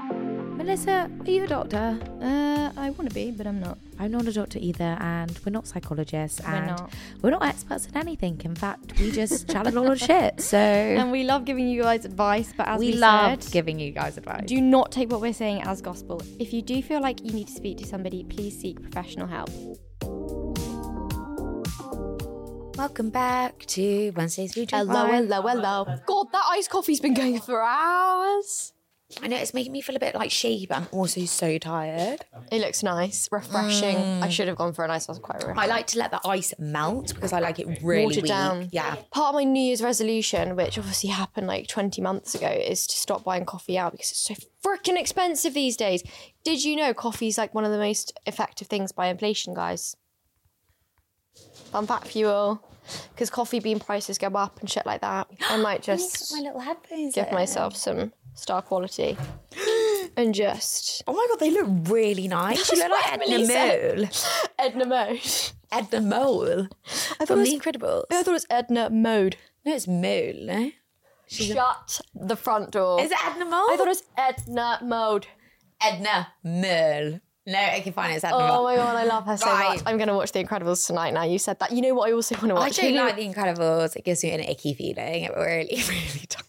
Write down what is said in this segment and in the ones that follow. Melissa, are you a doctor? Uh, I want to be, but I'm not. I'm not a doctor either, and we're not psychologists, We're and not. we're not experts in anything. In fact, we just chat a lot of shit. So And we love giving you guys advice, but as we, we, love said, giving you guys advice. do not take what we're saying as gospel. If you do feel like you need to speak to somebody, please seek professional help. Welcome back to Wednesdays We Drink Hello, Wine. hello, hello. God, that iced coffee's been going for hours. I know it's making me feel a bit like shit, but I'm also so tired. It looks nice, refreshing. I should have gone for an ice was quite rude. I like to let the ice melt because I like it really Watered weak. down. Yeah. Part of my New Year's resolution, which obviously happened like 20 months ago, is to stop buying coffee out because it's so freaking expensive these days. Did you know coffee's like one of the most effective things by inflation, guys? Fun fact for you all. Because coffee bean prices go up and shit like that. I might just My little headphones. give myself some star quality and just Oh my god, they look really nice. You look like That's what Edna Emily said. Mole. Edna Mode. Edna Mole. I it thought was- the Incredibles. I thought it was Edna Mode. No, it's Mole. eh? She's a- Shut the front door. Is it Edna Mole? I thought it was Edna Mode. Edna Merle. No, okay, fine, it's Edna Oh Merle. my god, I love her so Right. much. I'm gonna watch The Incredibles tonight. Now you said that. You know what? I also want to I watch. don't like The Incredibles. It gives me an icky feeling. It really, really does.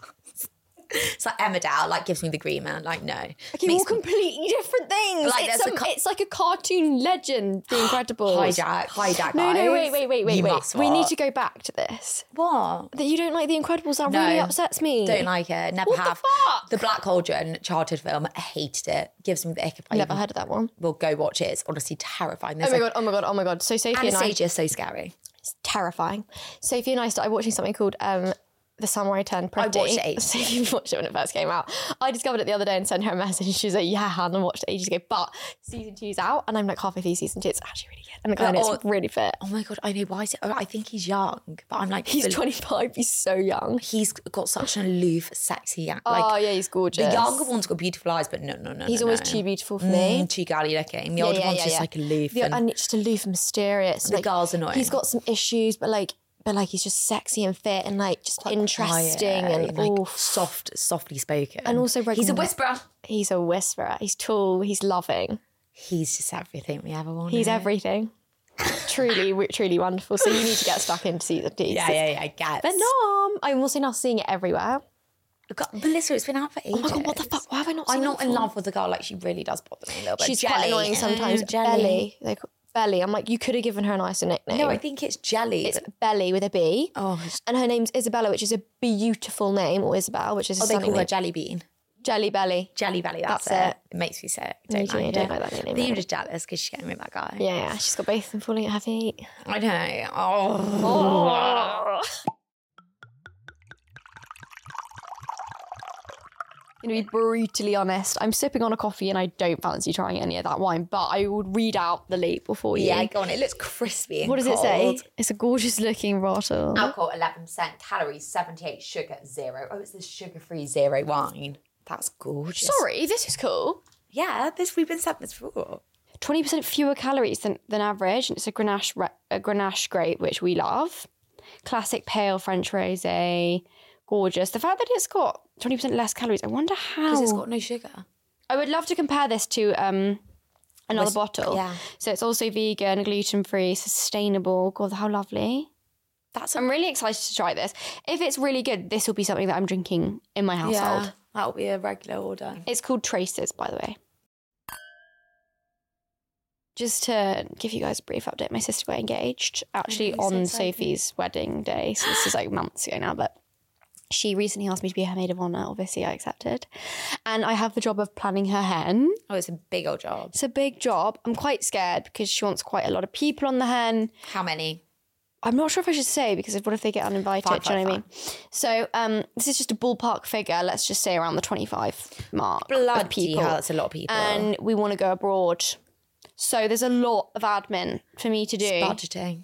It's like Emmerdale, like gives me the green man. Like, no. Okay, all completely different things. Like, it's, there's a some- co- it's like a cartoon legend, The Incredibles. hijack, hijack. No, guys. no, wait, wait, wait, wait, You wait. must We need watch. to go back to this. What? That you don't like The Incredibles, that No. really upsets me. Don't like it. Never What the have. fuck? The Black Cauldron childhood film. I hated it. Gives me the ick. If I Never even- heard of that one. Well, go watch it. It's honestly terrifying. Oh There's my like, god, oh my god, oh my god. So Sophie and I Anastasia is so scary. terrifying. Sophie and I started watching something called um, The Summer I Turned Pretty. watched it. Sophie watched it when it first came out. I discovered it the other day and sent her a message. She was like, "Yeah, Hannah watched it ages ago, but season two's out, and I'm like halfway through season two. It's actually really good, and the guy in Oh, it's really fit. Oh my god, I know why. Is it? Oh, I think he's young, but I'm like He's 25. He's so young. He's got such an aloof, sexy. Like, oh yeah, he's gorgeous. The younger one's got beautiful eyes, but no, no, no. He's no, always no. too beautiful for me. Mm, too galley looking. The older one's just like aloof. The- and and it's just aloof and mysterious. The like, girl's annoying. He's got some issues, but like, but like he's just sexy and fit and like just interesting quiet and like oof. soft, softly spoken. And also reg- he's a whisperer. He's a whisperer. He's tall. He's loving. He's just everything we ever wanted. He's everything. truly, w- truly wonderful. So you need to get stuck into season two. Yeah, yeah, yeah. I guess. But no, I'm also now seeing it everywhere. God, Melissa, it's been out for ages. Oh my god, what the fuck? Why have I not? I'm seen not that in before? love with the girl. Like she really does bother me a little bit. She's jelly. quite annoying sometimes. Oh, jelly. Belly, like Belly. I'm like, you could have given her a nicer nickname. No, I think it's jelly. it's Belly with a B. oh, it's- And her name's Isabella, which is a beautiful name, or Isabel, which is a oh, they stunning call her name. jelly bean. Jelly Belly. Jelly belly. That's, That's it. it. makes me sick. No, Don't do you? I like don't it. like that nickname I think I'm either. just jealous because she's getting me that guy. Yeah, yeah, she's got both of them falling at her feet. I know. Oh. I'm going to be brutally honest. I'm sipping on a coffee and I don't fancy trying any of that wine, but I would read out the label for you. Yeah, go on. It looks crispy. And What does cold. it say? It's a gorgeous looking bottle. Alcohol, eleven percent, calories, seventy-eight, sugar, zero. Oh, it's the sugar-free zero wine. That's gorgeous. Sorry, this is cool. Yeah, this we've been sent this before. 20% fewer calories than, than average, and it's a Grenache, re- a Grenache grape, which we love. Classic pale French rosé, gorgeous. The fact that it's got 20% less calories, I wonder how. Because it's got no sugar. I would love to compare this to um, another Was- bottle. yeah. So it's also vegan, gluten free, sustainable. God, how lovely. That's I'm really excited to try this. If it's really good, this will be something that I'm drinking in my household. That'll be a regular order. It's called Traces, by the way. Just to give you guys a brief update, my sister got engaged actually Oh, so on exciting. Sophie's wedding day. So this is like months ago now, but she recently asked me to be her maid of honor. Obviously, I accepted. And I have the job of planning her hen. Oh, it's a big old job. It's a big job. I'm quite scared because she wants quite a lot of people on the hen. How many? I'm not sure if I should say because what if they get uninvited? Fine, do you know what fine, I mean? So um, this is just a ballpark figure. Let's just say around the 25 mark. of Bloody people. hell, that's a lot of people. And we want to go abroad. So there's a lot of admin for me to do. budgeting.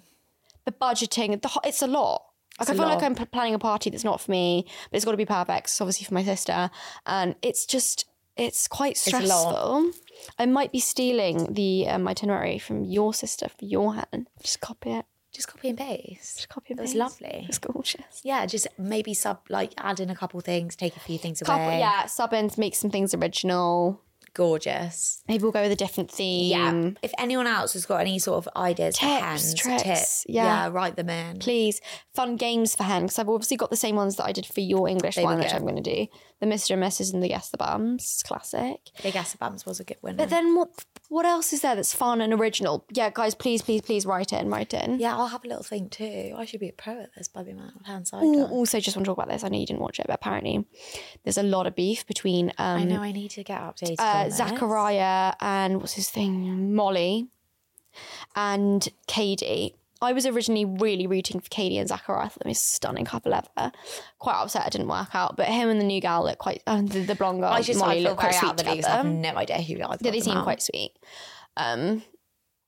the budgeting, the ho- it's a lot. Like I a feel lot. like I'm p- planning a party that's not for me, but it's got to be perfect. It's obviously for my sister, and it's just it's quite a lot. stressful. I might be stealing the um, itinerary from your sister for your hand. Just copy it. Just copy and paste. Just copy and It was paste. lovely. It's gorgeous. Yeah, just maybe sub like add in a couple things, take a few things Couple, away. yeah, sub ins, make some things original. gorgeous. Maybe we'll go with a different theme. Yeah. If anyone else has got any sort of ideas, for Tips, hands, tricks, tips, yeah. write them in. please fun games for hand because I've obviously got the same ones that I did for your English They were one, which good. I'm going to do the Mister and Mrs. and the Yes the Bums classic. Big ass bumps was a good winner. But then what? What else is there that's fun and original? Yeah, guys, please, please, please write it and write it in. yeah, I'll have a little thing too. I should be a pro at this by the amount of hands I've Ooh, done. also, just want to talk about this. I know you didn't watch it, but apparently, there's a lot of beef between I know um, I need to get updated. on uh, this. Zachariah and what's his thing, Molly, and Katie. I was originally really rooting for Katie and Zachariah. I thought they were a stunning couple ever. Quite upset it didn't work out, but him and the new gal look quite. Uh, the, the blonde girl, I just Molly, I feel look quite very sweet out of the league. 'cause I together. have no idea who either. Yeah, of they them seem are. quite sweet. Um,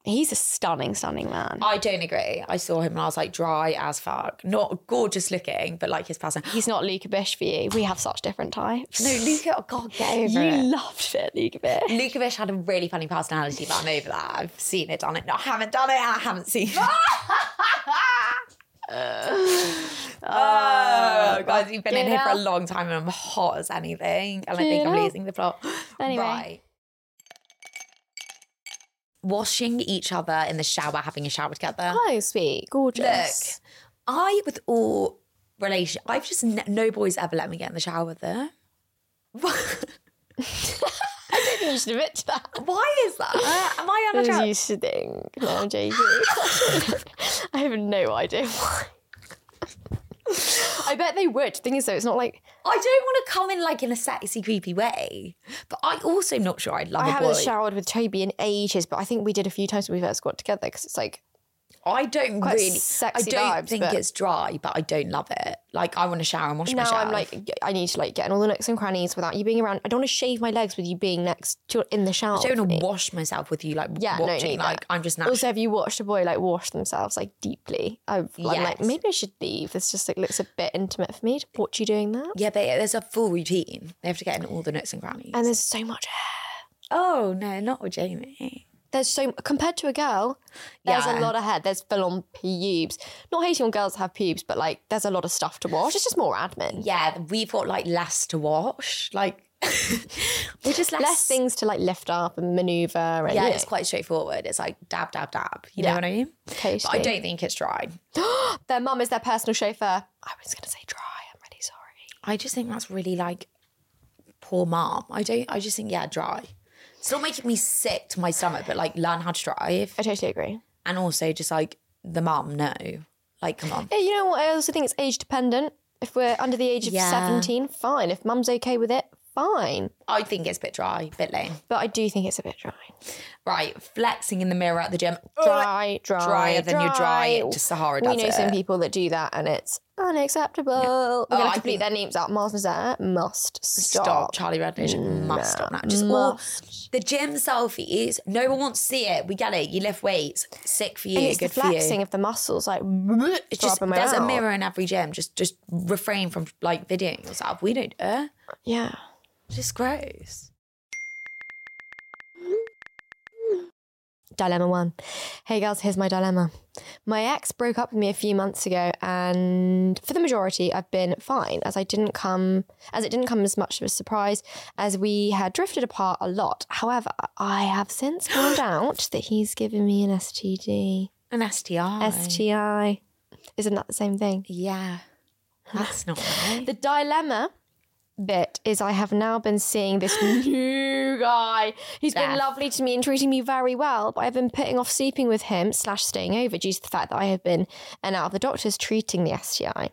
he's a stunning, stunning man. I don't agree. I saw him and I was like dry as fuck. Not gorgeous looking, but like his person. He's not Luca Bish for you. We have such different types. No, Luca, oh God, get you over it. loved it, Luca Bish. Luca Bish had a really funny personality, but I'm over that. I've seen it, done it. No, I haven't done it, and I haven't seen it. oh, guys, we've been in get here for a Oh, up. long time and I'm hot as anything. And I think Get I'm up. losing the plot. Anyway. Right. Washing each other in the shower, having a shower together. Oh, sweet, gorgeous. I, with all relation, I've just ne- no boys ever let me get in the shower with them. Look, you should admit to that. Why is that? Am I As unattractive? you should think. No, I'm joking. I have no idea why. I bet they would. Thing is, though, it's not like I don't want to come in like in a sexy, creepy way, but I also am not sure I'd love I a haven't boy. showered with Toby in ages, but I think we did a few times when we first got together because it's like I don't Quite really. sexy I don't vibes, think but- it's dry, but I don't love it. Like I want to shower and wash now myself. I'm like I need to like get in all the nooks and crannies without you being around. I don't want to shave my legs with you being next to in the shower. I don't with want me. to wash myself with you, like Yeah, no, watching. neither. like I'm just natural. Also, have you watched a boy like wash themselves like deeply? I've, I'm like, Yes. maybe I should leave. This just like looks a bit intimate for me to watch you doing that. yeah, but there's a full routine. They have to get in all the nooks and crannies. And there's so much hair. oh no, not with Jamie. There's so compared to a girl, there's Yeah. a lot of hair. There's full on pubes. Not hating on girls that have pubes, but like there's a lot of stuff to wash. It's just more admin. Yeah, we've got like less to wash. Like we're just less, Less things to like lift up and maneuver. And, Yeah, you it's know, quite straightforward. It's like dab, dab, dab. You know Yeah. what I mean? But I occasionally. don't think it's dry. Their mum is their personal chauffeur. I was gonna say dry. I'm really sorry. I just think that's really like poor mom. I don't. I just think yeah, dry. It's not making me sick to my stomach, but like learn how to drive, I totally agree. and also just like the mom, no, like come on. Yeah, you know what? I also think it's age dependent. If we're under the age of Yeah. 17, fine. If mum's okay with it, fine. I think it's a bit dry, bit lame. But I do think it's a bit dry. Right, flexing in the mirror at the gym. Dry, dry. Drier than you dry. Just Sahara We does know some it. people that do that and it's unacceptable. We're Oh, going I to bleep think- their names out. Mars was there. Must stop. Mm, Stop. Charlie Reddish must stop now. Just all the gym selfies. No one wants to see it. We get it. You lift weights. Sick for you. And it's Good the for flexing you. of the muscles. Like, It's just dropping there's a out. mirror in every gym. Just just refrain from like videoing yourself. We don't. Uh, Yeah. just gross. Dilemma one. Hey girls, here's my dilemma. My ex broke up with me a few months ago, and for the majority, I've been fine as I didn't come as it didn't come as much of a surprise as we had drifted apart a lot. However, I have since found out that he's given me an STD. An STI. STI. Isn't that the same thing? Yeah. That's not right. The dilemma bit is I have now been seeing this new guy. He's been Yes. lovely to me and treating me very well, but I've been putting off sleeping with him slash staying over due to the fact that I have been and out of the doctors treating the STI.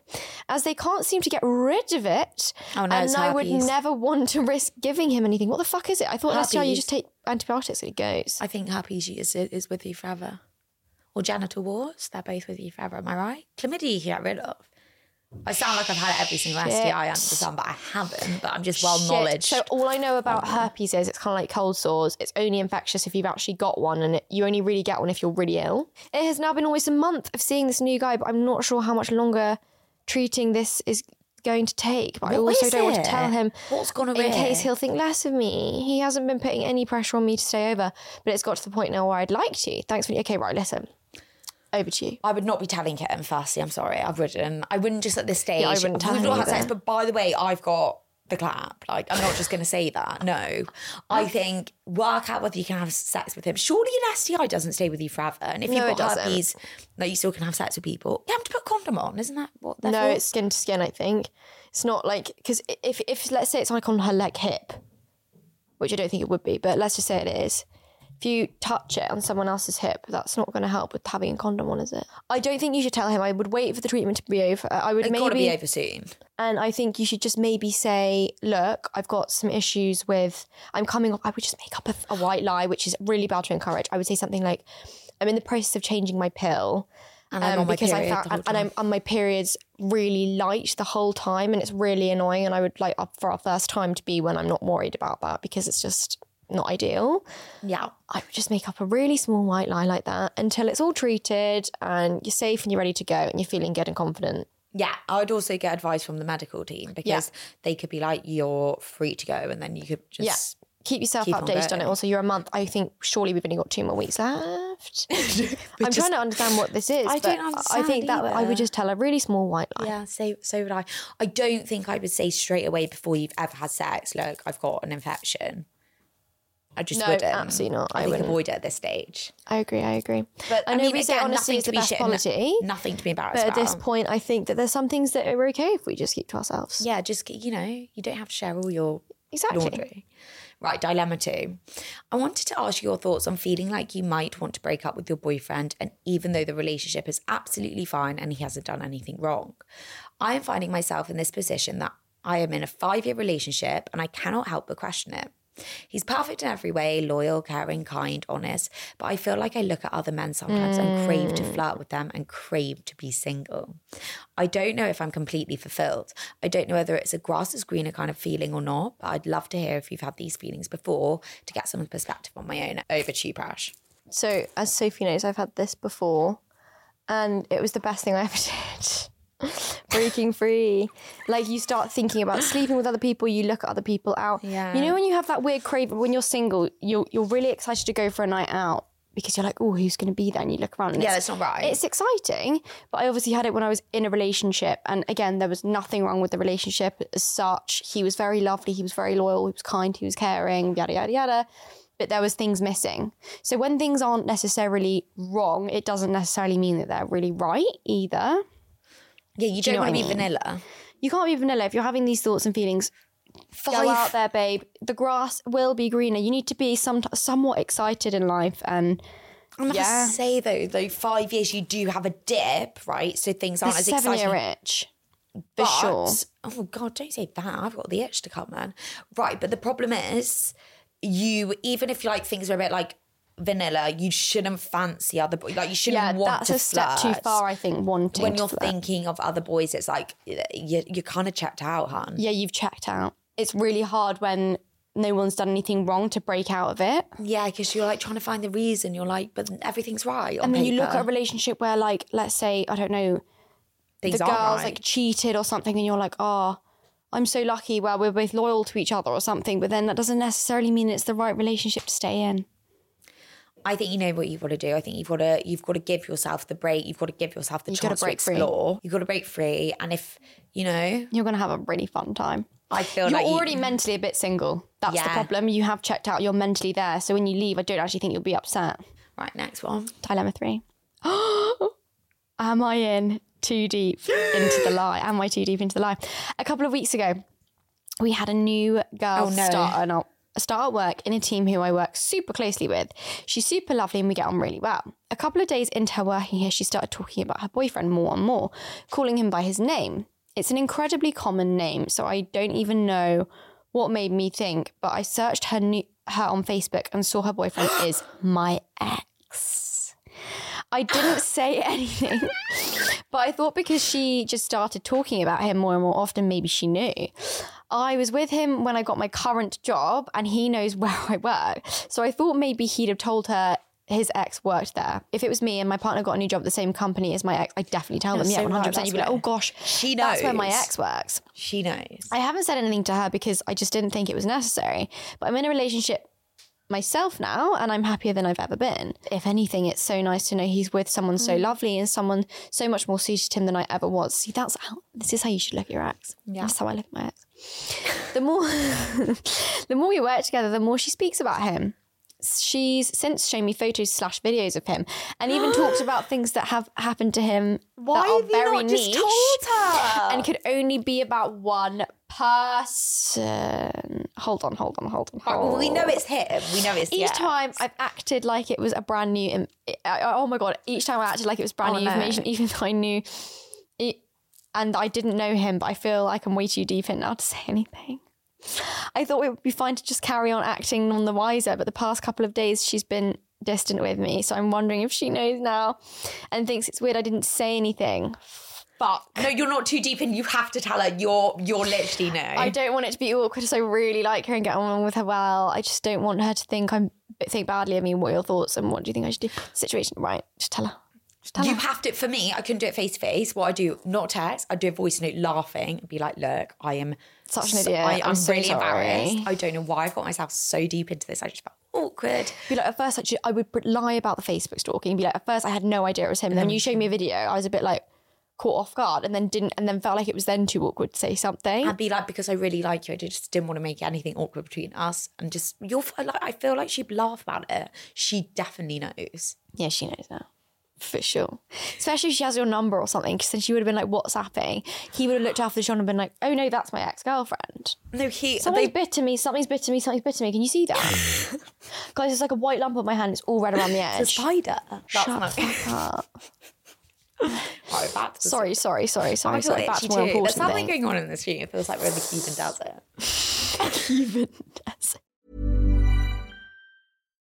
As they can't seem to get rid of it, Oh, no, and it's I would herpes. never want to risk giving him anything. What the fuck is it? I thought an STI you Herpes. just take antibiotics and it goes. I think herpes is, is with you forever. Or genital warts, they're both with you forever. Am I right? Chlamydia, you get rid of. I sound like I've had every single STI under the sun, but I haven't. But I'm just well Shit. knowledge. So all I know about herpes is it's kind of like cold sores. It's only infectious if you've actually got one, and it, you only really get one if you're really ill. It has now been almost a month of seeing this new guy, but I'm not sure how much longer treating this is going to take. But I What also is don't want it? to tell him What's gonna in case be? he'll think less of me. He hasn't been putting any pressure on me to stay over, but it's got to the point now where I'd like to. Thanks for okay, right, listen. Over to you. I would not be telling him. Firstly, I'm sorry, I wouldn't. I wouldn't just at this stage. I wouldn't tell We've him not had sex, either. but by the way, I've got the clap. Like, I'm not just going to say that. No, I think work out whether you can have sex with him. Surely an STI doesn't stay with you forever, and if No, you've it got doesn't. herpes, that you still can have sex with people. You have to put a condom on, isn't that what? They're No, for? it's skin to skin. I think it's not like because if if let's say it's like on her leg hip, which I don't think it would be, but let's just say it is. If you touch it on someone else's hip, that's not going to help with having a condom on, is it? I don't think you should tell him. I would wait for the treatment to be over. I would It's got to maybe, be over soon. and I think you should just maybe say, "Look, I've got some issues with. I'm coming up. I would just make up a, a white lie, which is really bad to encourage. I would say something like, "I'm in the process of changing my pill." And I'm on my Um, because period I the whole found, and, I'm, and my period's really light the whole time, and it's really annoying. And I would like up for our first time to be when I'm not worried about that because it's just not ideal. Yeah. I would just make up a really small white lie like that until it's all treated and you're safe and you're ready to go and you're feeling good and confident. Yeah, I would also get advice from the medical team because they could be like, "You're free to go," and then you could just yeah. Keep yourself keep on updated on, it. going. Also, you're a month. I think surely we've only got two more weeks left. I'm trying to understand what this is. I but don't I think understand that I either. would just tell a really small white lie. Yeah, so so would I. I don't think I would say straight away before you've ever had sex. Look, I've got an infection. I just No, wouldn't. absolutely not. I, I think wouldn't. avoid it at this stage. I agree. I agree. But I know we say honesty is the best quality. nothing to be embarrassed But at about. this point, I think that there's some things that are okay if we just keep to ourselves. yeah, just get- you know, you don't have to share all your Exactly. laundry. Right, dilemma two. I wanted to ask your thoughts on feeling like you might want to break up with your boyfriend, and even though the relationship is absolutely fine and he hasn't done anything wrong, I am finding myself in this position that I am in a five year relationship and I cannot help but question it. He's perfect in every way loyal, caring, kind, honest, but I feel like I look at other men sometimes and crave Mm. to flirt with them and crave to be single. I don't know if I'm completely fulfilled. I don't know whether it's a grass is greener kind of feeling or not, but I'd love to hear if you've had these feelings before to get some perspective on my own. Over to you, Prash. So, as Sophie knows, I've had this before, and it was the best thing I ever did. Breaking free. Like, you start thinking about sleeping with other people, you look at other people out. Yeah. You know, when you have that weird crave, when you're single, you're, you're really excited to go for a night out because you're like, oh, who's going to be there? And you look around and Yeah, it's, that's not right. It's exciting, but I obviously had it when I was in a relationship. And again, there was nothing wrong with the relationship as such. He was very lovely, he was very loyal, he was kind, he was caring, yada, yada, yada. But there was things missing. So when things aren't necessarily wrong, it doesn't necessarily mean that they're really right either. Yeah, you don't know want what to I be mean? vanilla. You can't be vanilla if you're having these thoughts and feelings. Go out there, babe. The grass will be greener. You need to be some, somewhat excited in life and I'm gonna Yeah. say though, though five years you do have a dip, right? So things aren't as seven exciting. year itch. For but, sure. Oh god, don't say that. I've got the itch to come, man. Right, but the problem is, you even if like things are a bit like vanilla, you shouldn't fancy other boys. Like you shouldn't Yeah, want that's to a step too flirt. far, I think, wanting When to you're flirt. thinking of other boys, it's like you, you're kind of checked out, hun. yeah, you've checked out. It's really hard when no one's done anything wrong to break out of it. Yeah, because you're like trying to find the reason. You're like, but everything's right. On And then you look paper. at a relationship where, like, let's say, I don't know, things the aren't girl's right. like cheated or something, and you're like, oh, I'm so lucky where we're both loyal to each other or something. But then that doesn't necessarily mean it's the right relationship to stay in. I think you know what you've got to do. I think you've got to you've got to give yourself the break. You've got to give yourself the You've gotta chance to break free. explore. You've got to break free. And if you know, You're going to have a really fun time. I feel You're like you- already mentally a bit single. That's the Yeah. problem. You have checked out. You're mentally there. So when you leave, I don't actually think you'll be upset. right next one. Dilemma three. Am I in too deep into the lie? Am I too deep into the lie? A couple of weeks ago, we had a new girl Oh, no. start on our, start at work in a team who I work super closely with. She's super lovely and we get on really well. A couple of days into her working here, she started talking about her boyfriend more and more, calling him by his name. It's an incredibly common name, so I don't even know what made me think, but I searched her new, her on Facebook and saw her boyfriend is my ex. I didn't say anything. But I thought because she just started talking about him more and more often, maybe she knew. I was with him when I got my current job, and he knows where I work. So I thought maybe he'd have told her his ex worked there. If it was me and my partner got a new job at the same company as my ex, I'd definitely tell them. That's Yeah, so right, 100%. that's You'd be like, where- oh gosh, She that's where my knows. ex works. She knows. I haven't said anything to her because I just didn't think it was necessary. But I'm in a relationship myself now and I'm happier than I've ever been. If anything, it's so nice to know he's with someone so lovely and someone so much more suited to him than I ever was. See, that's how this is how you should look at your ex. Yeah. That's how I look at my ex. The more the more we work together, the more she speaks about him. She's since shown me photos slash videos of him and even talked about things that have happened to him that are very niche her? and could only be about one person. Hold on, hold on, hold on. Hold. Well, we know it's him. We know it's Each yeah. time I've acted like it was a brand new. im- I- I- Oh my god! Each time I acted like it was brand Oh, new no. information, even though I knew, it, and I didn't know him. But I feel like I'm way too deep in now to say anything. I thought it would be fine to just carry on acting none the wiser, but the past couple of days she's been distant with me, so I'm wondering if she knows now, and thinks it's weird I didn't say anything. Fuck. No, you're not too deep in. You have to tell her. You're you're literally no. I don't want it to be awkward because I really like her and get on with her well. I just don't want her to think I'm think badly of me. What are your thoughts and what do you think I should do? Situation, right? Just tell her. Just tell You her. have to. For me, I couldn't do it face to face. What I do, not text. I do a voice note, laughing, and be like, "Look, I am Such an so- idiot. I, I'm am so really sorry." embarrassed. I don't know why I got myself so deep into this. I just felt awkward. Be like at first, actually, I would pr- lie about the Facebook stalking. Be like, at first, I had no idea it was him. And then you showed me a video. I was a bit like caught off guard, and then didn't, and then felt like it was then too awkward to say something. I'd be like, because I really like you, I just didn't want to make anything awkward between us. And just you're f- like, I feel like she'd laugh about it. She definitely knows. Yeah, she knows now. For sure. Especially if she has your number or something, because then she would have been like WhatsApping. He would have looked after the genre and been like, oh no, that's my ex girlfriend. No, he. Something's they, bitten me, something's bitten me, something's bitten me. Can you see that? Guys, it's like a white lump on my hand. It's all red around the the edge. spider. That's Shut not. the fuck up. Right, back to the- Sorry, sorry, sorry, sorry, I feel sorry. itchy That's too. more important There's something thing. going on in this room. It feels like we're in the Cuban desert.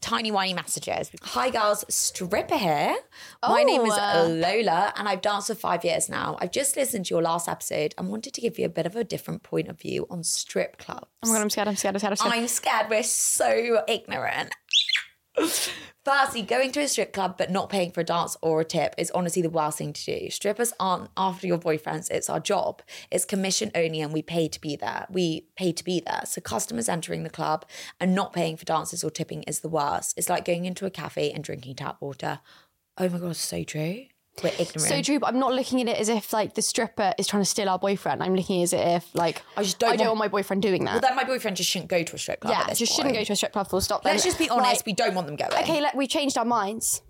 tiny whiny messages. Hi girls, stripper here. My Oh. name is Lola and I've danced for five years now. I've just listened to your last episode and wanted to give you a bit of a different point of view on strip clubs. Oh my god, I'm scared, I'm scared, I'm scared, I'm scared. I'm scared we're so ignorant. Firstly, going to a strip club but not paying for a dance or a tip is honestly the worst thing to do. Strippers aren't after your boyfriends, it's our job. It's commission only and we pay to be there. We pay to be there. So customers entering the club and not paying for dances or tipping is the worst. It's like going into a cafe and drinking tap water. Oh my god, so true. We're ignorant. So true, but I'm not looking at it as if like the stripper is trying to steal our boyfriend. I'm looking as if like I just I don't don't want- want my boyfriend doing that. well, then my boyfriend just shouldn't go to a strip club. yeah, at this just shouldn't point. go to a strip club. Full stop. Let's then. just be honest. Like, we don't want them going. okay, like, we changed our minds.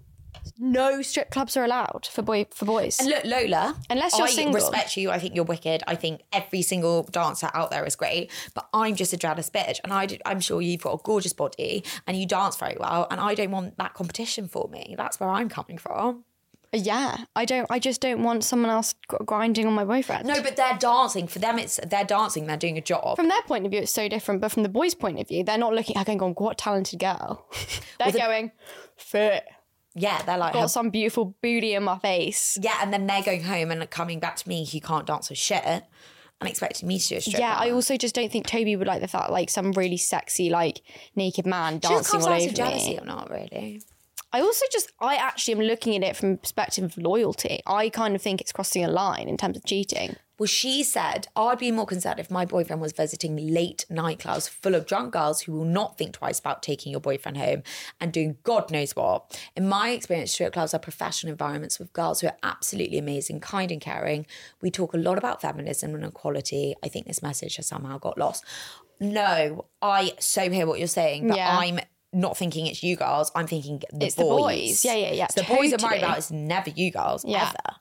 No strip clubs are allowed for boy for boys. And look, Lola, Unless you're I single. respect you. I think you're wicked. I think every single dancer out there is great, but I'm just a jealous bitch. And I am sure you've got a gorgeous body and you dance very well. And I don't want that competition for me. That's where I'm coming from. yeah, I don't. I just don't want someone else gr- grinding on my boyfriend. No, but they're dancing. For them, it's they're dancing. They're doing a job. from their point of view, it's so different. But from the boys' point of view, they're not looking. I'm going, what talented girl? they're going, fit. yeah, they're like, Got some beautiful booty in my face. yeah. And then they're going home and coming back to me who can't dance for shit and expecting me to do a strip. Yeah, club. I also just don't think Toby would like the fact like some really sexy like naked man Do you think dancing it comes all out over of jealousy me. or not really? I also just I actually am looking at it from a perspective of loyalty. I kind of think it's crossing a line in terms of cheating. Well, she said, I'd be more concerned if my boyfriend was visiting late nightclubs full of drunk girls who will not think twice about taking your boyfriend home and doing God knows what. In my experience, strip clubs are professional environments with girls who are absolutely amazing, kind and caring. We talk a lot about feminism and equality. I think this message has somehow got lost. No, I so hear what you're saying, but Yeah. I'm not thinking it's you girls. I'm thinking the It's the boys. boys. Yeah, yeah, yeah, So the boys are totally. worried about is never you girls, Yeah. ever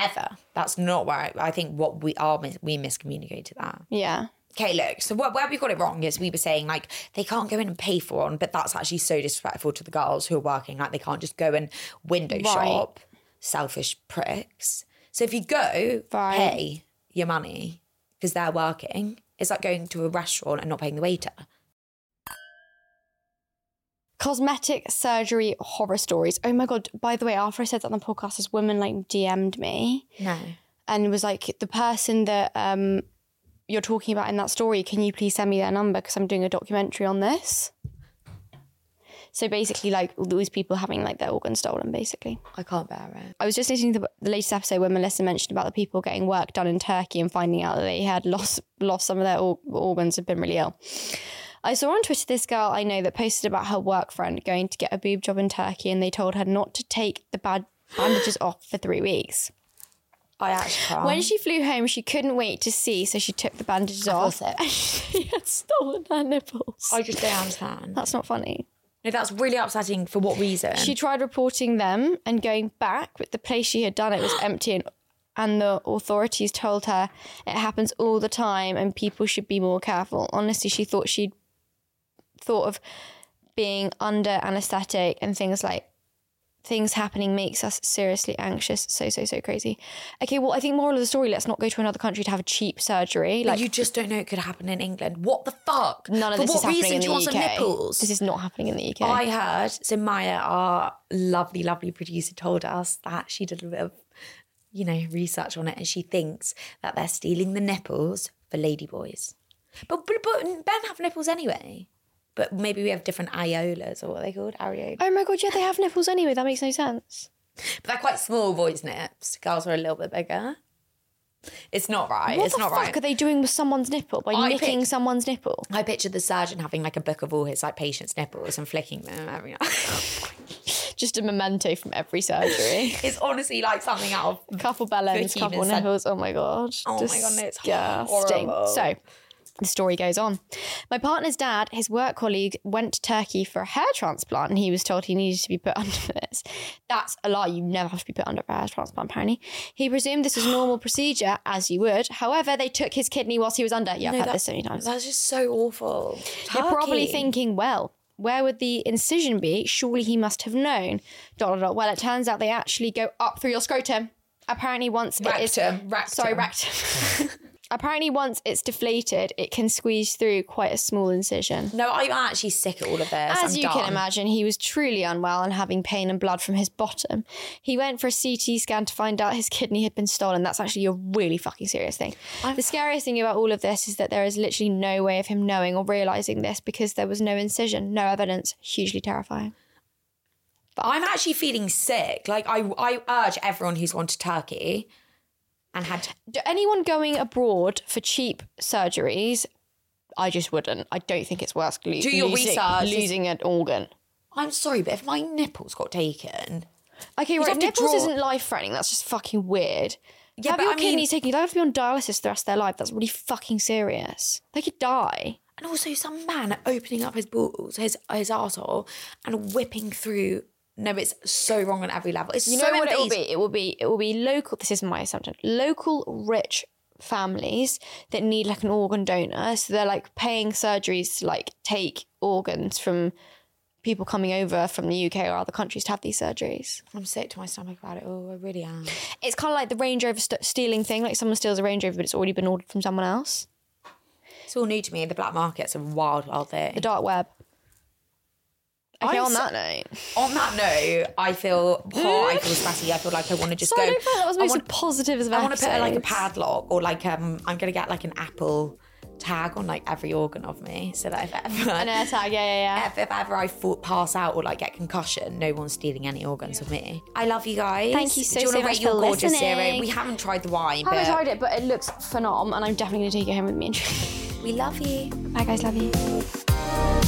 ever. That's not where I, I think what we are mis- we miscommunicated that. Yeah. Okay, look. So where, where we got it wrong is we were saying like they can't go in and pay for one, but that's actually so disrespectful to the girls who are working. Like they can't just go and window Right. shop. Selfish pricks. So if you go Right. pay your money because they're working, it's like going to a restaurant and not paying the waiter. Cosmetic surgery horror stories. Oh my god, by the way, after I said that on the podcast, this woman like DM'd me No. and was like, the person that um you're talking about in that story, can you please send me their number? Because I'm doing a documentary on this. So basically, like all these people having like their organs stolen, basically. I can't bear it. I was just listening to the, the latest episode where Melissa mentioned about the people getting work done in Turkey and finding out that they had lost lost some of their or- organs and been really ill. I saw on Twitter this girl I know that posted about her work friend going to get a boob job in Turkey and they told her not to take the bad bandages off for three weeks. I actually can't. When she flew home, she couldn't wait to see, so she took the bandages off. it. And she had stolen her nipples. I just don't understand. That's not funny. No, that's really upsetting. For what reason? She tried reporting them and going back, but the place she had done it was empty and and the authorities told her it happens all the time and people should be more careful. Honestly, she thought she'd thought of being under anesthetic and things like things happening makes us seriously anxious. So so so crazy. Okay, well I think moral of the story, let's not go to another country to have a cheap surgery. But Like you just don't know it could happen in England. What the fuck? none of For this what is happening reason in the do you want UK. some nipples? This is not happening in the UK. I heard. So Maya, our lovely, lovely producer, told us that she did a bit of, you know, research on it, and she thinks that they're stealing the nipples for ladyboys. But, but but men have nipples anyway. But maybe we have different areolas or what are they called areolas. oh my god, yeah, they have nipples anyway. That makes no sense. But they're quite small boys' nips. Girls are a little bit bigger. It's not right. What it's the not fuck right. are they doing with someone's nipple by I nicking pick- someone's nipple? I pictured the surgeon having like a book of all his like patients' nipples and flicking them every night. Just a memento from every surgery. it's honestly like something out of couple balloons, Fifteen couple and seven. nipples. Oh my god. Oh my God, no, it's Disgusting. horrible. So the story goes on. My partner's dad, his work colleague, went to Turkey for a hair transplant and he was told he needed to be put under for this. That's a lie. You never have to be put under for a hair transplant, apparently. He presumed this was a normal procedure, as you would. However, they took his kidney whilst he was under. Yeah, I've had this so many times. That's just so awful. You're probably Turkey. thinking, well, where would the incision be? Surely he must have known. Dot, dot, dot. Well, it turns out they actually go up through your scrotum. Apparently, once it is Rectum, rectum. sorry, rectum. Apparently, once it's deflated, it can squeeze through quite a small incision. No, I'm actually sick at all of this. As I'm you done. can imagine, he was truly unwell and having pain and blood from his bottom. He went for a CT scan to find out his kidney had been stolen. That's actually a really fucking serious thing. the scariest thing about all of this is that there is literally no way of him knowing or realizing this because there was no incision, no evidence. Hugely terrifying. I'm actually feeling sick. Like I, I urge everyone who's gone to Turkey and had. Do anyone going abroad for cheap surgeries? I just wouldn't. I don't think it's worth lo- your losing, research. losing an organ. I'm sorry, but if my nipples got taken, Okay, You'd right. have to Nipples draw- isn't life threatening. That's just fucking weird. Yeah, have but your I mean- kidneys taken. You'll have to be on dialysis the rest of their life. That's really fucking serious. They could die. And also some man opening up his balls, his his arsehole, and whipping through. No, it's so wrong on every level. It's You know so what it will invasive. be? It will be it will be local. This is my assumption. Local rich families that need like an organ donor, so they're like paying surgeries to like take organs from people coming over from the UK or other countries to have these surgeries. I'm sick to my stomach about it. Oh, I really am. It's kind of like the Range Rover st- stealing thing. Like someone steals a Range Rover, but it's already been ordered from someone else. It's all new to me. The black market's a wild, wild thing. The dark web. Okay, I on saw- that note. on that note, I feel hot. I feel spatty. I feel like I want to just Sorry, I go. don't feel that was I most wanna- positives of I want to put like a episodes. padlock or like um, I'm gonna get like an Apple tag on like every organ of me, so that if ever An air tag, yeah, yeah, yeah. if, if ever I fall, pass out or like get concussion, no one's stealing any organs of me. I love you guys. Thank you so, Do you wanna so much rate your for gorgeous listening. zero? We haven't tried the wine, I but haven't tried it, but it looks phenom, and I'm definitely going to take it home with me and try. we love you. Bye, guys. Love you.